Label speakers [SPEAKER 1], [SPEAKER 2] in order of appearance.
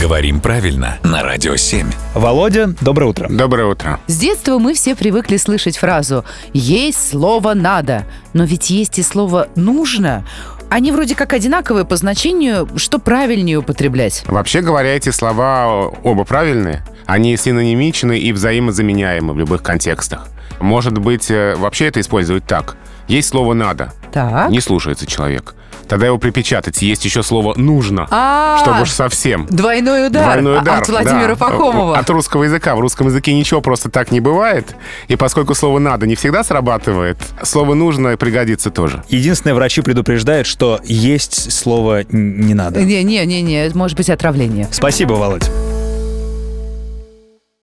[SPEAKER 1] Говорим правильно на Радио 7.
[SPEAKER 2] Володя, доброе утро.
[SPEAKER 3] Доброе утро.
[SPEAKER 4] С детства мы все привыкли слышать фразу «есть слово «надо», но ведь есть и слово «нужно». Они вроде как одинаковые по значению, что правильнее употреблять.
[SPEAKER 3] Вообще говоря, эти слова э, оба правильные. Они синонимичны и взаимозаменяемы в любых контекстах. Может быть, э, вообще это использовать так. Есть слово «надо».
[SPEAKER 4] Так.
[SPEAKER 3] Не слушается человек. Тогда его припечатать. Есть еще слово «нужно».
[SPEAKER 4] А,
[SPEAKER 3] Чтобы уж совсем.
[SPEAKER 4] Двойной удар,
[SPEAKER 3] Двойной
[SPEAKER 4] а-
[SPEAKER 3] удар.
[SPEAKER 4] от Владимира
[SPEAKER 3] да.
[SPEAKER 4] Пахомова.
[SPEAKER 3] От русского языка. В русском языке ничего просто так не бывает. И поскольку слово «надо» не всегда срабатывает, слово «нужно» пригодится тоже.
[SPEAKER 2] Единственное, врачи предупреждают, что есть слово н- не надо.
[SPEAKER 4] Не-не-не, может быть отравление.
[SPEAKER 2] Спасибо, Володь.